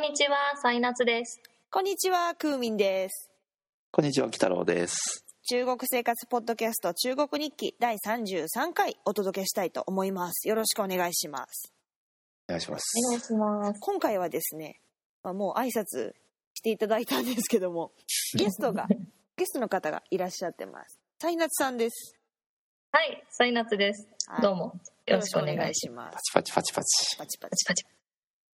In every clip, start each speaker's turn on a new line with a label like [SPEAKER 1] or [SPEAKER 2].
[SPEAKER 1] にちは、サイナツです。
[SPEAKER 2] こんにちは、クーミンです。
[SPEAKER 3] こんにちは、鬼太郎です。
[SPEAKER 2] 中国生活ポッドキャスト中国日記第33回お届けしたいと思います。よろしくお願いします。
[SPEAKER 3] お願いします。
[SPEAKER 1] お願いします。
[SPEAKER 2] 今回はですね、まあ、もう挨拶していただいたんですけど も、ゲストが、ゲストの方がいらっしゃってます。サイナツさんです。
[SPEAKER 1] はい、サイナツです。
[SPEAKER 2] はい
[SPEAKER 1] どうも、よろしくお願いし
[SPEAKER 2] しま
[SPEAKER 3] パ。チパチパチパチ。
[SPEAKER 2] パチパ
[SPEAKER 1] ま
[SPEAKER 2] チ。
[SPEAKER 1] す。パチパチ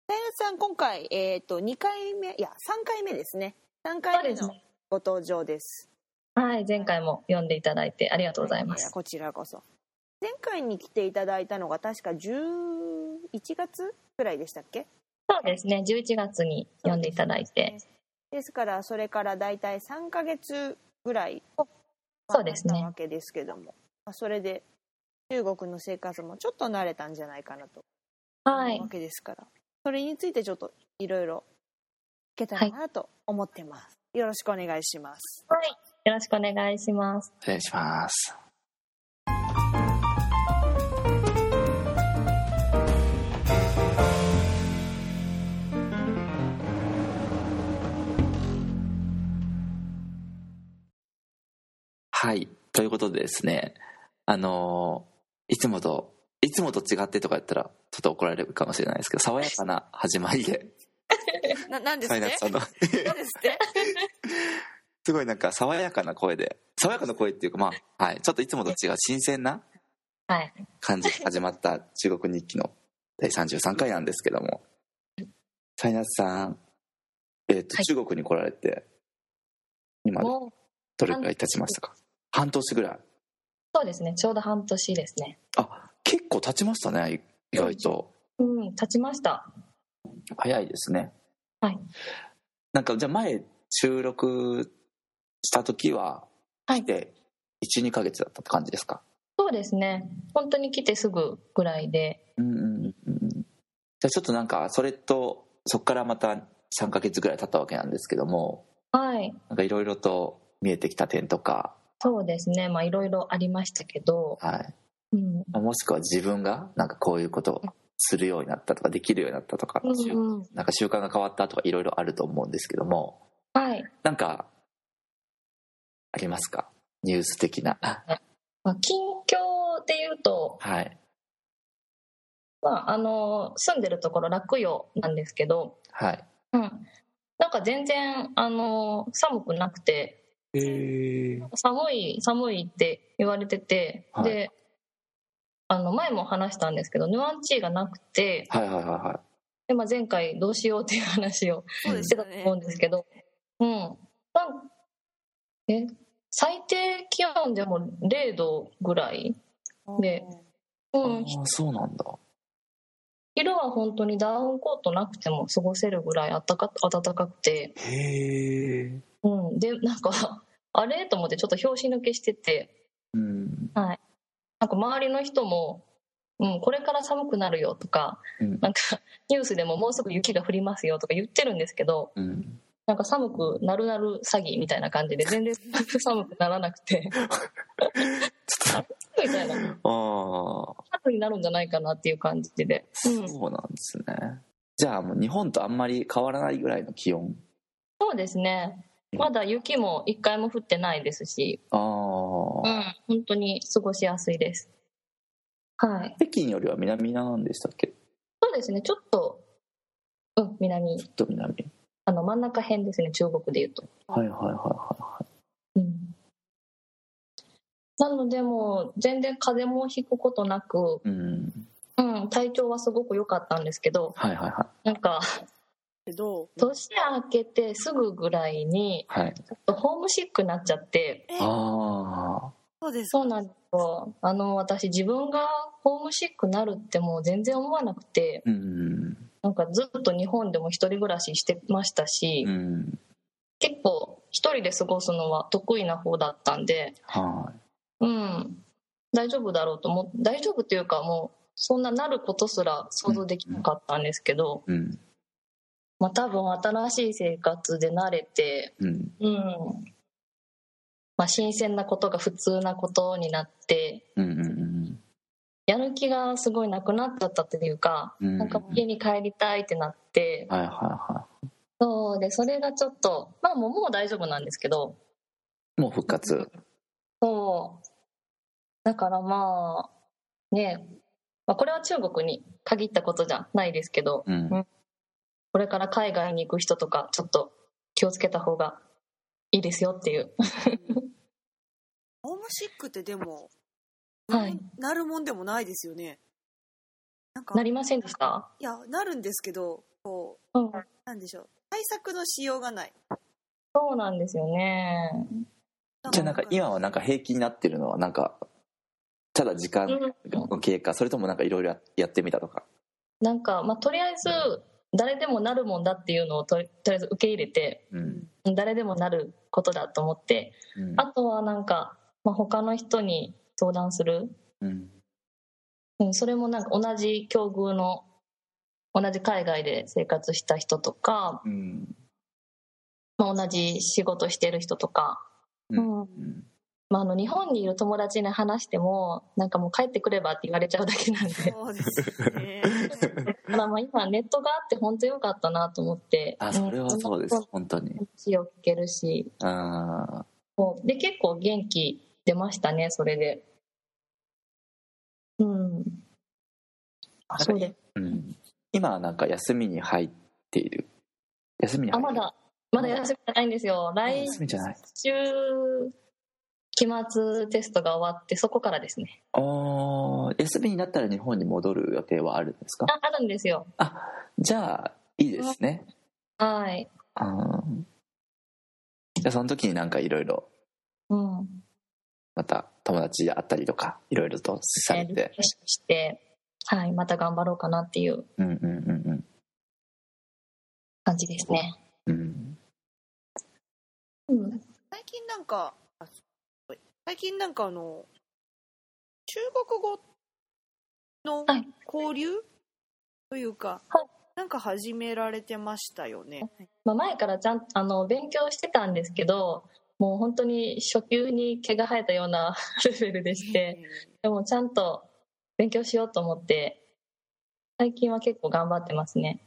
[SPEAKER 2] サイナツさん、今回、えっ、と、2回目、いや、3回目ですね。3
[SPEAKER 1] そう
[SPEAKER 2] 回目
[SPEAKER 1] です
[SPEAKER 2] の
[SPEAKER 1] ね。
[SPEAKER 2] ご登場です。
[SPEAKER 1] はい、前回も読んでいただいてありがとうございま
[SPEAKER 2] いや
[SPEAKER 1] す。
[SPEAKER 2] こちらこそ前回に来ていただいたのが確か11月ぐらいでしたっけ
[SPEAKER 1] そうですね、11月に読んでいただいて、
[SPEAKER 2] ですからそれから大体3ヶ月ぐらい
[SPEAKER 1] そうですね
[SPEAKER 2] なわけですけども、まあ、それで中国の生活もちょっと慣れたんじゃないかなと
[SPEAKER 1] は
[SPEAKER 2] 思
[SPEAKER 1] いう
[SPEAKER 2] わ、けですから、それについてちょっといろいろ聞けたらなと思ってます、よろしくお願いします
[SPEAKER 1] よろしくお願いします。
[SPEAKER 3] お願いします。はい。ということでですね、あのーいつもと、いつもと違ってとか言ったら、ちょっと怒られるかもしれないですけど、爽やかな始まりで、
[SPEAKER 2] ななん ですね
[SPEAKER 3] サイナ
[SPEAKER 2] なん
[SPEAKER 3] ツさんの
[SPEAKER 2] ですね
[SPEAKER 3] すごいなんか爽やかな声で爽やかな声っていうかまあ、はい、ちょっといつもと違う新鮮な
[SPEAKER 1] はい、
[SPEAKER 3] 感じで始まった中国日記の第33回なんですけどもサイナツさん、えっと
[SPEAKER 1] はい
[SPEAKER 3] 中国に来られて今
[SPEAKER 1] もう、
[SPEAKER 3] どれくらい経ちましたか半年ぐらい
[SPEAKER 1] そうですね、ちょうど半年ですね。
[SPEAKER 3] あ結構経ちましたねい意外と
[SPEAKER 1] うん、経ちました。
[SPEAKER 3] 早いですね
[SPEAKER 1] はい
[SPEAKER 3] なんかじゃあ前収録した時は
[SPEAKER 1] はい
[SPEAKER 3] 来て12ヶ月だったって感じですか
[SPEAKER 1] そうですね、本当に来てすぐぐらいで、
[SPEAKER 3] うんうんうんうんじゃあちょっとなんかそれとそこからまた3ヶ月ぐらい経ったわけなんですけども
[SPEAKER 1] はい、
[SPEAKER 3] なんかいろいろと見えてきた点とか、
[SPEAKER 1] そうですね、まあいろいろありましたけど、
[SPEAKER 3] はい
[SPEAKER 1] うん、
[SPEAKER 3] まあ、もしくは自分がなんかこういうことをするようになったとかできるようになったとか、
[SPEAKER 1] うんうん、
[SPEAKER 3] なんか習慣が変わったとかいろいろあると思うんですけども
[SPEAKER 1] はい。
[SPEAKER 3] なんかありますかニュース的な
[SPEAKER 1] まあ、近況で言うと、
[SPEAKER 3] はい
[SPEAKER 1] まあ、あの住んでるところ楽陽なんですけど、
[SPEAKER 3] はい
[SPEAKER 1] うん、なんか全然あの寒くなくて寒い寒いって言われてて、
[SPEAKER 3] はい
[SPEAKER 1] であの前も話したんですけどヌアンチーがなくて
[SPEAKER 3] はいはいはいは
[SPEAKER 1] で、まあ、前回どうしようっていう話を
[SPEAKER 2] そうで
[SPEAKER 1] し
[SPEAKER 2] してた
[SPEAKER 1] たと
[SPEAKER 2] ね
[SPEAKER 1] 思うんですけど、うんなんえ最低気温でも0度ぐらい、でう
[SPEAKER 3] い
[SPEAKER 1] ん、
[SPEAKER 3] ああそうなんだ
[SPEAKER 1] 昼は本当にダウンコートなくても過ごせるぐらい暖か暖かくて、
[SPEAKER 3] へえ
[SPEAKER 1] うん、でなんか あれと思ってちょっと拍子抜けしてて
[SPEAKER 3] うん
[SPEAKER 1] なんか周りの人も、うん、これから寒くなるよとか
[SPEAKER 3] うん
[SPEAKER 1] なんか ニュースでももうすぐ雪が降りますよとか言ってるんですけど
[SPEAKER 3] うん
[SPEAKER 1] なんか寒くなるなる詐欺みたいな感じで全然寒くならなくて
[SPEAKER 3] ちょっ
[SPEAKER 1] みたいな
[SPEAKER 3] と ああ
[SPEAKER 1] 春になるんじゃないかなっていう感じで、うん、そ
[SPEAKER 3] そうなんですね。じゃあもう日本とあんまり変わらないぐらいの気温。
[SPEAKER 1] うですねまだ雪も一回も降ってないですし
[SPEAKER 3] ああ、
[SPEAKER 1] うん、本当に過ごしやすいです。はい。
[SPEAKER 3] 北京よりは南なんでしたっけ？
[SPEAKER 1] そうですね、ちょっと、うん、南
[SPEAKER 3] ちょ、っと南。
[SPEAKER 1] あの、真ん中辺ですね、中国でいうと。
[SPEAKER 3] はいはいはいは
[SPEAKER 1] うん。なので、もう、全然風邪もひくことなく、
[SPEAKER 3] い。うん。
[SPEAKER 1] うん、体調はすごく良かったんですけど、
[SPEAKER 3] はいはいは
[SPEAKER 1] なんか、
[SPEAKER 2] けど
[SPEAKER 1] 年明けてすぐぐらいに、
[SPEAKER 3] いはい。
[SPEAKER 1] ちょっとホームシックになっちゃって、
[SPEAKER 2] え
[SPEAKER 3] あ
[SPEAKER 2] そうです
[SPEAKER 1] そうなんですよ。あの、私、自分がホームシックになるってもう全然思わなくて、
[SPEAKER 3] あ、うん
[SPEAKER 1] なんかずっと日本でも一人暮らししてましたし、
[SPEAKER 3] うん
[SPEAKER 1] 結構一人で過ごすのは得意な方だったんで、
[SPEAKER 3] は
[SPEAKER 1] うん、大丈夫だろうと思っ大丈夫というかもうそんななることすら想像できなかったんですけど、
[SPEAKER 3] い。うん
[SPEAKER 1] まあ、多分新しい生活で慣れて、
[SPEAKER 3] うん
[SPEAKER 1] うんまあ、新鮮なことが普通なことになって
[SPEAKER 3] うんうん
[SPEAKER 1] やる気がすごいなくなっちゃったというか、
[SPEAKER 3] うん。
[SPEAKER 1] なんか家に帰りたいってなって、
[SPEAKER 3] はいはいは
[SPEAKER 1] そうでそれがちょっとまあもうもう大丈夫なんですけど
[SPEAKER 3] もう復活。
[SPEAKER 1] そうだからまあねまあ、これは中国に限ったことじゃないですけど
[SPEAKER 3] うん。
[SPEAKER 1] これから海外に行く人とかちょっと気をつけた方がいいですよっていう
[SPEAKER 2] ホームシックってでも、
[SPEAKER 1] はい
[SPEAKER 2] なるもんでもないですよね。なんか
[SPEAKER 1] な、りませんでした、
[SPEAKER 2] いや、なるんですけど、こう、
[SPEAKER 1] うん、
[SPEAKER 2] なんでしょう。対策のしようがない。
[SPEAKER 1] そうなんですよね、
[SPEAKER 3] じゃあなんか今はなんか平気になってるのはなんかただ時間の経過それともなんかいろいろやってみたとか。
[SPEAKER 1] なんか、まあ、とりあえず誰でもなるもんだっていうのをとりとりあえず受け入れて
[SPEAKER 3] うん。
[SPEAKER 1] 誰でもなることだと思って
[SPEAKER 3] うん
[SPEAKER 1] あとはなんか、まあ、他の人に相談する、
[SPEAKER 3] うん。
[SPEAKER 1] うん、それもなんか同じ境遇の同じ海外で生活した人とか、
[SPEAKER 3] うん。
[SPEAKER 1] まあ、同じ仕事してる人とか、
[SPEAKER 3] うん
[SPEAKER 1] うんまあ、あの日本にいる友達に話してもなんかもう帰ってくればって言われちゃうだけなん で
[SPEAKER 2] そうですよね。
[SPEAKER 1] ただまあ今ネットがあって本当よかったなと思って
[SPEAKER 3] あそれはそうです
[SPEAKER 1] ん
[SPEAKER 3] 本当に。
[SPEAKER 1] 話を聞けるし
[SPEAKER 3] あ
[SPEAKER 1] もうで結構元気出ましたねそれでうんあそうです
[SPEAKER 3] ーうん。今はなんか休みに入っている。休みに
[SPEAKER 1] あ
[SPEAKER 3] 入って
[SPEAKER 1] ま
[SPEAKER 3] いる。
[SPEAKER 1] だまだ休みじゃないんですよ来
[SPEAKER 3] 休みじゃない。
[SPEAKER 1] 週期末テストが終わってそこからですね
[SPEAKER 3] ああ休みになったら日本に戻る予定はあるんですか。
[SPEAKER 1] ああるんですよ
[SPEAKER 3] じゃあいいですね。
[SPEAKER 1] はい
[SPEAKER 3] うん。じゃあその時になんかいろいろ
[SPEAKER 1] うん
[SPEAKER 3] また友達で会ったりとかいろいろとされ
[SPEAKER 1] リフレ
[SPEAKER 3] て
[SPEAKER 1] ッ。シュしてはいまた頑張ろうかなっていう
[SPEAKER 3] うんうんうん
[SPEAKER 1] 感じですね
[SPEAKER 3] うんうん。
[SPEAKER 1] うん
[SPEAKER 2] 最近なんか、あすごい最近なんかあの、中国語の
[SPEAKER 1] はい
[SPEAKER 2] 交流、というか、
[SPEAKER 1] はい
[SPEAKER 2] なんか始められてましたよね。
[SPEAKER 1] まあ、前からちゃんあの勉強してたんですけどもう本当に初級に毛が生えたような レベルでしてでもちゃんと勉強しようと思って最近は結構頑張ってますね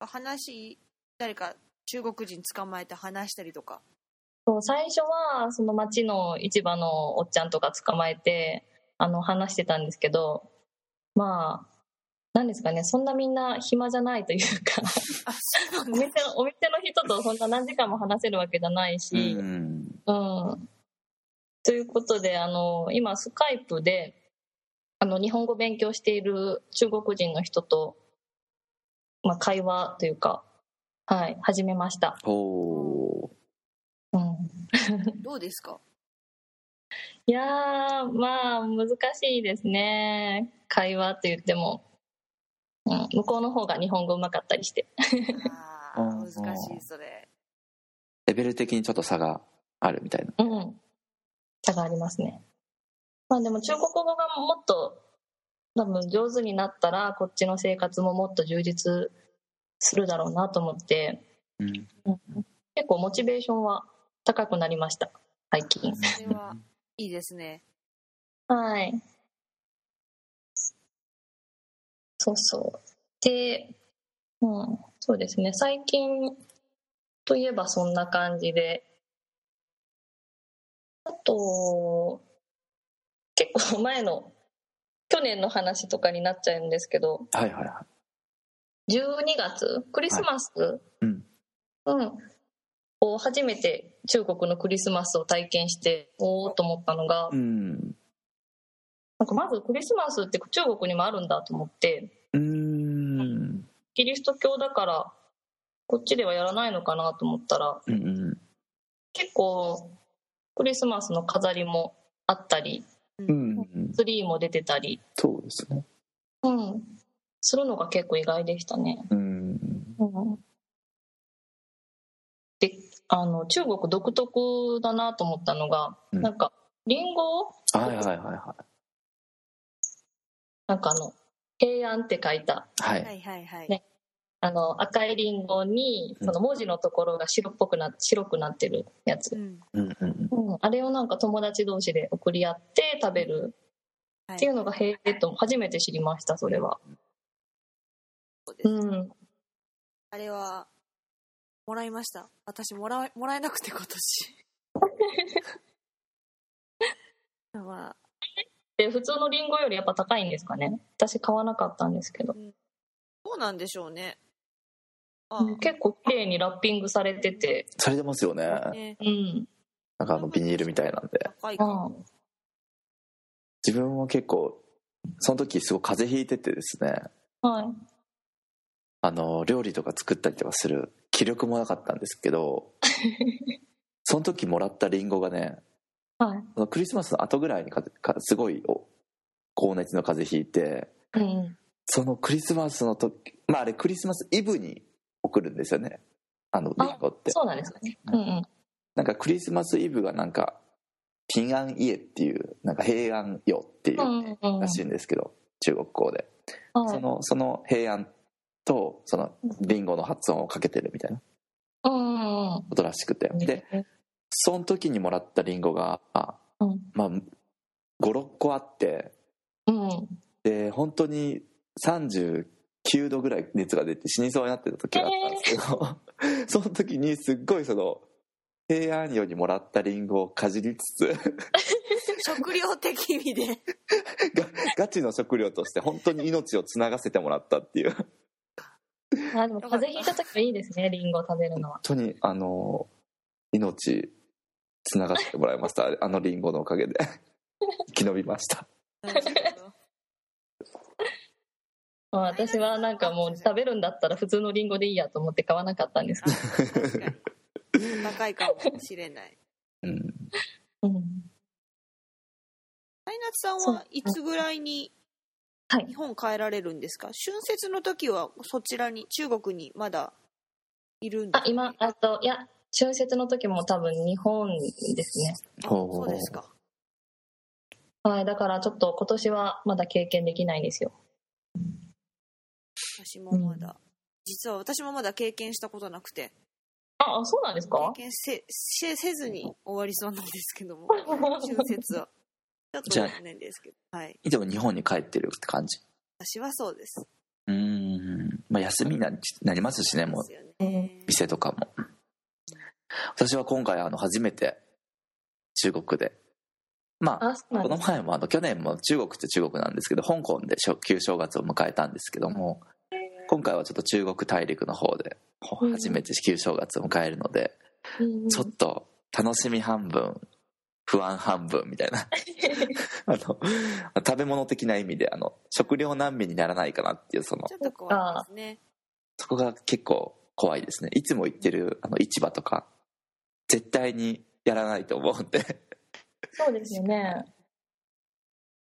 [SPEAKER 2] 話、誰か中国人捕まえて話したりとか。
[SPEAKER 1] そう最初はその町の市場のおっちゃんとか捕まえてあの話してたんですけどまあなんですかねそんなみんな暇じゃないというか
[SPEAKER 2] あ、そうなん
[SPEAKER 1] お
[SPEAKER 2] だ
[SPEAKER 1] 店のお店の人とそんな何時間も話せるわけじゃないし、
[SPEAKER 3] うん
[SPEAKER 1] うんということであの今スカイプであの日本語勉強している中国人の人と、まあ、会話というか、はい、始めました、
[SPEAKER 3] ほ
[SPEAKER 1] うん、
[SPEAKER 2] どうです か
[SPEAKER 1] いやーまあ難しいですね会話と言っても、うん、向こうの方が日本語うまかったりして
[SPEAKER 2] あー
[SPEAKER 3] うん
[SPEAKER 2] 難しい、それ。
[SPEAKER 3] うレベル的にちょっと差があるみたいな
[SPEAKER 1] うん差がありますねまあでも中国語がもっと多分上手になったらこっちの生活ももっと充実するだろうなと思って
[SPEAKER 3] うん
[SPEAKER 1] 結構モチベーションは高くなりました最近
[SPEAKER 2] それは、いいですね。
[SPEAKER 1] はいそうそうでうんそうですね最近といえばそんな感じであと結構前の去年の話とかになっちゃうんですけど
[SPEAKER 3] はいはいは
[SPEAKER 1] 12月クリスマス、
[SPEAKER 3] うん
[SPEAKER 1] うんこう初めて中国のクリスマスを体験しておおと思ったのが、
[SPEAKER 3] いうん
[SPEAKER 1] なんかまずクリスマスって中国にもあるんだと思って
[SPEAKER 3] うんうん
[SPEAKER 1] キリスト教だからこっちではやらないのかなと思ったら
[SPEAKER 3] うん
[SPEAKER 1] 結構クリスマスの飾りもあったり
[SPEAKER 3] うん
[SPEAKER 1] ツリーも出てたり、
[SPEAKER 3] そうですね
[SPEAKER 1] うん、するのが結構意外でしたね。
[SPEAKER 3] うん
[SPEAKER 1] であの中国独特だなと思ったのが、
[SPEAKER 3] うん
[SPEAKER 1] なんかリンゴを
[SPEAKER 3] はいはいはいは
[SPEAKER 1] なんかあの平安って書いた
[SPEAKER 3] いは
[SPEAKER 2] はいいはいはい。
[SPEAKER 1] ねあの赤いリンゴに
[SPEAKER 3] うん
[SPEAKER 1] その文字のところが白っぽくな白くなってるやつ
[SPEAKER 2] う、ん
[SPEAKER 3] うんうん
[SPEAKER 1] うんあれをなんか友達同士で送り合って食べる
[SPEAKER 2] はい
[SPEAKER 1] っていうのが平えと初めて知りましたそれは
[SPEAKER 2] そうです
[SPEAKER 1] うん
[SPEAKER 2] あれはもらいました私もらえもらえなくて今年 まあ
[SPEAKER 1] で普通のリンゴよりやっぱ高いんですかね私買わなかったんですけど
[SPEAKER 2] どうなんでしょうねま
[SPEAKER 1] うん結構綺麗にラッピングされてて
[SPEAKER 3] されてますよね
[SPEAKER 2] あね
[SPEAKER 1] うん
[SPEAKER 3] なんかあのビニールみたいなんで
[SPEAKER 2] 高いか
[SPEAKER 1] あ
[SPEAKER 2] も
[SPEAKER 1] あ
[SPEAKER 3] 自分も結構その時すごい風邪ひいててですね
[SPEAKER 1] はい
[SPEAKER 3] あの料理とか作ったりとかする気力もなかったんですけどその時もらったリンゴがね
[SPEAKER 1] はい
[SPEAKER 3] そのクリスマスの後ぐらいにかかすごいお高熱の風邪ひいて
[SPEAKER 1] うん
[SPEAKER 3] そのクリスマスの時まああれクリスマスイブに送るんですよねあのリンゴって
[SPEAKER 1] そうなんですかねうんうん
[SPEAKER 3] なんかクリスマスイブがなんか平安家っていうなんか平安夜っていううん
[SPEAKER 1] うんうん
[SPEAKER 3] らしいんですけど、中国語で、
[SPEAKER 1] は
[SPEAKER 3] そ
[SPEAKER 1] い
[SPEAKER 3] のその平安とそのリンゴの発音をかけてるみたいな
[SPEAKER 1] うんうんうん
[SPEAKER 3] ことらしくてでその時にもらったリンゴがあ
[SPEAKER 1] うん
[SPEAKER 3] まあ56個あって
[SPEAKER 1] うん
[SPEAKER 3] で本当に39度ぐらい熱が出て死にそうになってた時があったんですけど、 その時にすっごいその平安夜にもらったリンゴをかじりつ つ
[SPEAKER 2] 食料的意味で
[SPEAKER 3] ガガチの食料として本当に命をつながせてもらったっていう本
[SPEAKER 1] あでも風邪ひいた時はいいですねリンゴを食べるのは
[SPEAKER 3] 当にあの命つながせてもらいましたあのリンゴのおか げで生き延びました
[SPEAKER 2] なるほ ど
[SPEAKER 1] まあ私はなんかもう食べるんだったら普通のリンゴでいいやと思って買わなかったんですけ
[SPEAKER 2] あ確かに高いかもしれない
[SPEAKER 3] うん
[SPEAKER 1] ど、うん、
[SPEAKER 2] 大夏さんはいつぐらいに
[SPEAKER 1] はい
[SPEAKER 2] 日本帰られるんですか、春節の時はそちらに中国にまだいるんで
[SPEAKER 1] あ
[SPEAKER 2] す
[SPEAKER 1] 今あといや春節の時も多分日本ですね
[SPEAKER 2] あ
[SPEAKER 3] ほう
[SPEAKER 2] そうですか
[SPEAKER 1] はいだからちょっと今年はまだ経験できないんですよ
[SPEAKER 2] 私もまだ、実は私もまだ経験したことなくて
[SPEAKER 1] ああそうなんです
[SPEAKER 2] 経
[SPEAKER 1] か
[SPEAKER 2] 験せせせずに終わりそうなんですけども春
[SPEAKER 1] う
[SPEAKER 2] 節はちょっと
[SPEAKER 3] じゃあ
[SPEAKER 2] 残念ですけどはい
[SPEAKER 3] でも日本に帰ってるって感じ
[SPEAKER 2] 私はそうです
[SPEAKER 3] うんまあ休みになりなりますしねもう
[SPEAKER 2] ですよね
[SPEAKER 3] 店とかも私は今回あの初めて中国でまあ
[SPEAKER 1] あそうなん
[SPEAKER 3] こ
[SPEAKER 1] で
[SPEAKER 3] の
[SPEAKER 1] す
[SPEAKER 3] 前もあの去年も中国って中国なんですけど香港で初旧正月を迎えたんですけども今回はちょっと中国大陸の方でほ
[SPEAKER 1] うん
[SPEAKER 3] 初めて旧正月を迎えるので、
[SPEAKER 1] うん
[SPEAKER 3] ちょっと楽しみ半分不安半分みたいな あの食べ物的な意味であの食料難民にならないかなっていうその
[SPEAKER 2] ちょっと怖いですね
[SPEAKER 3] そこが結構怖いですねいつも行ってるあの市場とか絶対にやらないと思うんで
[SPEAKER 1] そうですよね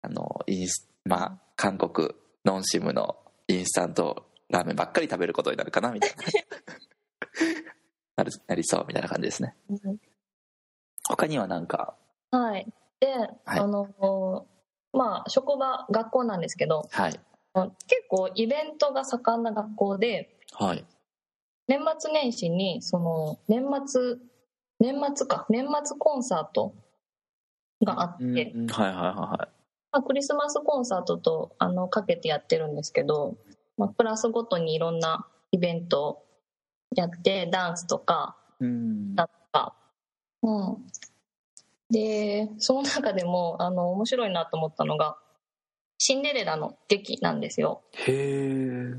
[SPEAKER 3] あのインスまあ韓国ノンシムのインスタントラーメンばっかり食べることになるかなみたい ななるなりそうみたいな感じですね
[SPEAKER 1] うん
[SPEAKER 3] 他にはなんか
[SPEAKER 1] はいで、
[SPEAKER 3] はい
[SPEAKER 1] あのまあ職場学校なんですけど
[SPEAKER 3] はい
[SPEAKER 1] 結構イベントが盛んな学校で
[SPEAKER 3] はい
[SPEAKER 1] 年末年始にその年末年末か年末コンサートがあって、
[SPEAKER 3] うんうんはいはいはいはい
[SPEAKER 1] まあ、クリスマスコンサートとあのかけてやってるんですけど、まあ、クラスごとにいろんなイベントをやってダンスとか
[SPEAKER 3] うん
[SPEAKER 1] だとか、うん、でその中でもあの面白いなと思ったのがシンデレラの劇なんですよ。
[SPEAKER 3] へえ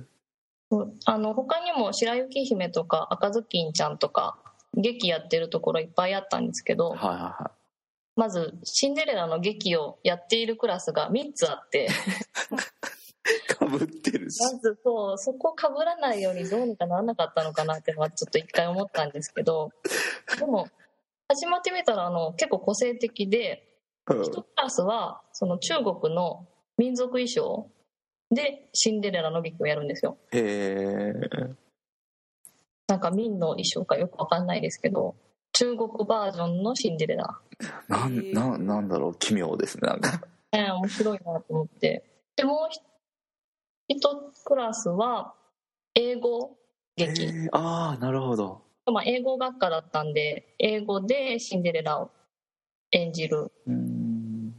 [SPEAKER 1] そうあの他にも白雪姫とか赤ずきんちゃんとか劇やってるところいっぱいあったんですけど
[SPEAKER 3] はいはいは
[SPEAKER 1] まずシンデレラの劇をやっているクラスが3つあって
[SPEAKER 3] いかぶってるし
[SPEAKER 1] まずそうそこかぶらないようにどうにかならなかったのかなってのはちょっと一回思ったんですけどでも始まってみたらあの結構個性的で
[SPEAKER 3] うん
[SPEAKER 1] 1クラスはその中国の民族衣装でシンデレラの劇をやるんですよ。
[SPEAKER 3] へえ
[SPEAKER 1] なんか民の衣装かよくわかんないですけど中国バージョンのシンデレラ、
[SPEAKER 3] なんなんなんだろう奇妙ですねなんか
[SPEAKER 1] ね、面白いなと思ってでもう一クラスは英語劇、
[SPEAKER 3] へーああなるほど
[SPEAKER 1] まあ、英語学科だったんで英語でシンデレラを演じる
[SPEAKER 3] うん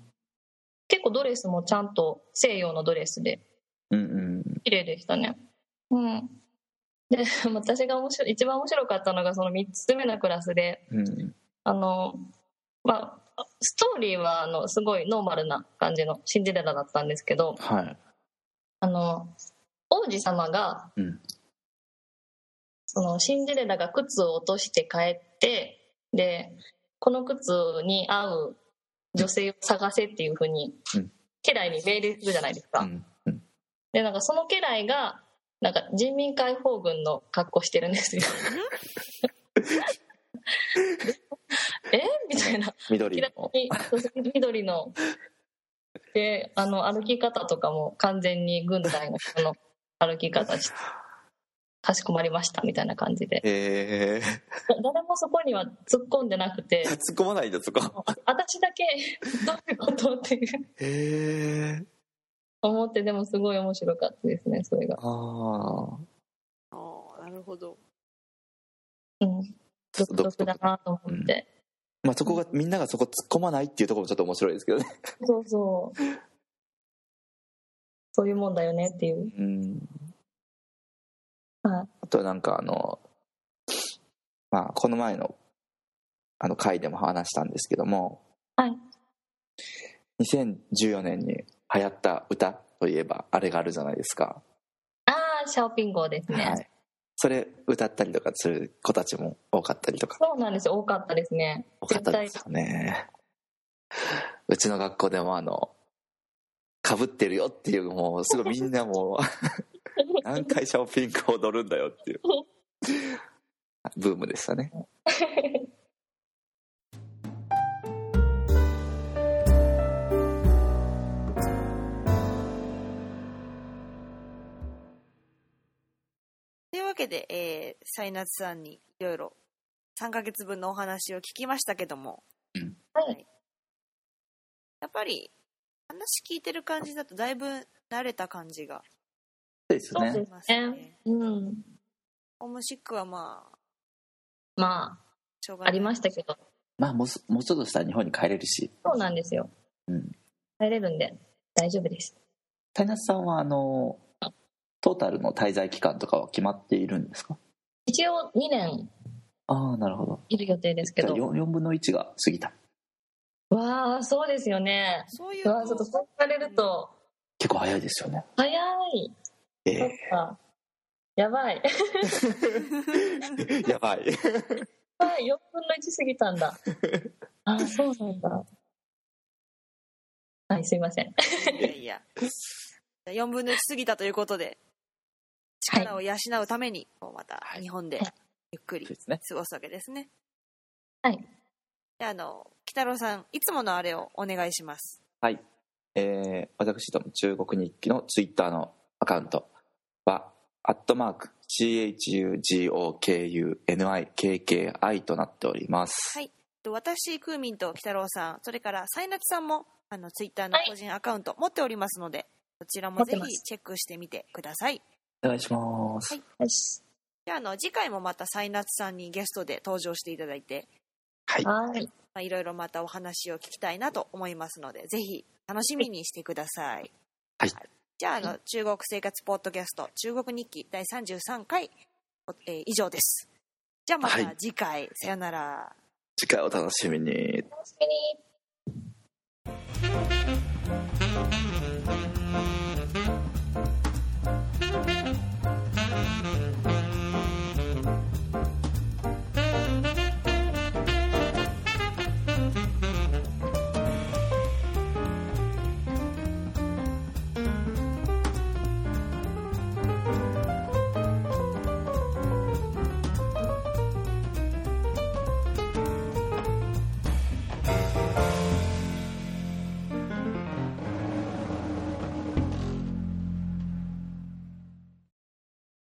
[SPEAKER 1] 結構ドレスもちゃんと西洋のドレスで
[SPEAKER 3] うんうん
[SPEAKER 1] 綺麗でしたねうんで 私が面白い一番面白かったのがその3つ目のクラスで
[SPEAKER 3] うん
[SPEAKER 1] あのまあストーリーはあのすごいノーマルな感じのシンデレラだったんですけど
[SPEAKER 3] はい
[SPEAKER 1] あの王子様が
[SPEAKER 3] うん
[SPEAKER 1] そのシンデレラが靴を落として帰ってでこの靴に合う女性を探せっていうふうに、
[SPEAKER 3] うん
[SPEAKER 1] 家来に命令するじゃないですか、
[SPEAKER 3] うんうん
[SPEAKER 1] でなんかその家来がなんか人民解放軍の格好してるん ですよえみたいな
[SPEAKER 3] 緑
[SPEAKER 1] 明らか
[SPEAKER 3] の
[SPEAKER 1] に緑 のであの歩き方とかも完全に軍隊の人の歩き方してかしこまりましたみたいな感じで
[SPEAKER 3] え
[SPEAKER 1] だ誰もそこには突っ込んでなくて
[SPEAKER 3] ー、突っ込まないんだそこ
[SPEAKER 1] 私だけどういうことっていう
[SPEAKER 3] えー、
[SPEAKER 1] 思ってでもすごい面白かったですねそれが、
[SPEAKER 3] あ
[SPEAKER 2] あーなるほど
[SPEAKER 1] うん、独特だ
[SPEAKER 3] あ
[SPEAKER 1] なと思って、
[SPEAKER 3] まあそこがみんながそこ突っ込まないっていうところもちょっと面白いですけどね
[SPEAKER 1] そうそうそういうもんだよねっていう
[SPEAKER 3] うん
[SPEAKER 1] はい
[SPEAKER 3] あとはなんかあのまあこの前のあの回でも話したんですけども、
[SPEAKER 1] はい、
[SPEAKER 3] 2014年に流行った歌といえばあれがあるじゃないですか、
[SPEAKER 1] ああシャオピン号ですね、
[SPEAKER 3] はい、それ歌ったりとかする子たちも多かったりとか
[SPEAKER 1] そうなんですよ多かったですね
[SPEAKER 3] 多かったですよねうちの学校でもあのかぶってるよっていうもうすごいみんなもう 何回シャオピンク踊るんだよっていうブームでしたね
[SPEAKER 2] というわけで、えー、サイナツさんにいろいろ3ヶ月分のお話を聞きましたけども、
[SPEAKER 3] うん
[SPEAKER 1] はい
[SPEAKER 2] やっぱり話聞いてる感じだとだいぶ慣れた感じが
[SPEAKER 3] そうです
[SPEAKER 1] そう
[SPEAKER 3] ね
[SPEAKER 1] です
[SPEAKER 2] しますね。
[SPEAKER 1] ねうん
[SPEAKER 2] ホームシックはまあ、
[SPEAKER 1] ま
[SPEAKER 2] しょうが
[SPEAKER 1] あ
[SPEAKER 2] な
[SPEAKER 1] あ
[SPEAKER 2] い。
[SPEAKER 1] りましたけど
[SPEAKER 3] まあもうすもうちょっとしたら日本に帰れるし
[SPEAKER 1] そうなんですよ、
[SPEAKER 3] うん
[SPEAKER 1] 帰れるんで大丈夫です
[SPEAKER 3] タイナスさんはあのトータルの滞在期間とかは決まっているんですか
[SPEAKER 1] 一応2年
[SPEAKER 3] ああなるほど
[SPEAKER 1] いる予定ですけ
[SPEAKER 3] じゃあ
[SPEAKER 1] ど
[SPEAKER 3] 4, 分の1が過ぎた
[SPEAKER 1] わあそうですよね
[SPEAKER 2] そういう
[SPEAKER 1] うわあちょっとそう言われると
[SPEAKER 3] 結構早いですよね
[SPEAKER 1] 早い
[SPEAKER 3] え
[SPEAKER 1] そっかやばい
[SPEAKER 3] え やば
[SPEAKER 1] は
[SPEAKER 3] い
[SPEAKER 1] い4分の1過ぎたん だあーそうなんだはいすいません
[SPEAKER 2] いやいや。じゃあ4分の1過ぎたということで、力を養うために、こうまた日本でゆっくり
[SPEAKER 3] そうですね
[SPEAKER 2] 過ごすわけですね。
[SPEAKER 1] はい。
[SPEAKER 2] じゃあ、あの、北郎さん、いつものあれをお願いします。
[SPEAKER 3] はい、えー、私ども中国日記のツイッターのアカウントはアットマーク CHUGOKUNIKKI となっております、
[SPEAKER 2] はいと私、クーミンと北郎さん、それからサイナツさんも、あの、ツイッターの個人アカウント持っておりますので、そちらもぜ
[SPEAKER 1] 持ってま
[SPEAKER 2] ひ
[SPEAKER 1] す
[SPEAKER 2] チェックしてみてください。
[SPEAKER 3] お願いします、
[SPEAKER 2] はい
[SPEAKER 1] よし
[SPEAKER 2] じゃあ、あの、次回もまたサイナツさんにゲストで登場していただいて、
[SPEAKER 1] はい
[SPEAKER 2] まあ、いろいろまたお話を聞きたいなと思いますので、ぜひ楽しみにしてください。
[SPEAKER 3] はい
[SPEAKER 2] じゃあ、あの、中国生活ポッドキャスト、中国日記第33回、おえー以上です。じゃあ、ま
[SPEAKER 3] は
[SPEAKER 2] た
[SPEAKER 3] い
[SPEAKER 2] 次回、さよなら。
[SPEAKER 3] 次回お楽しみに
[SPEAKER 1] 楽しみに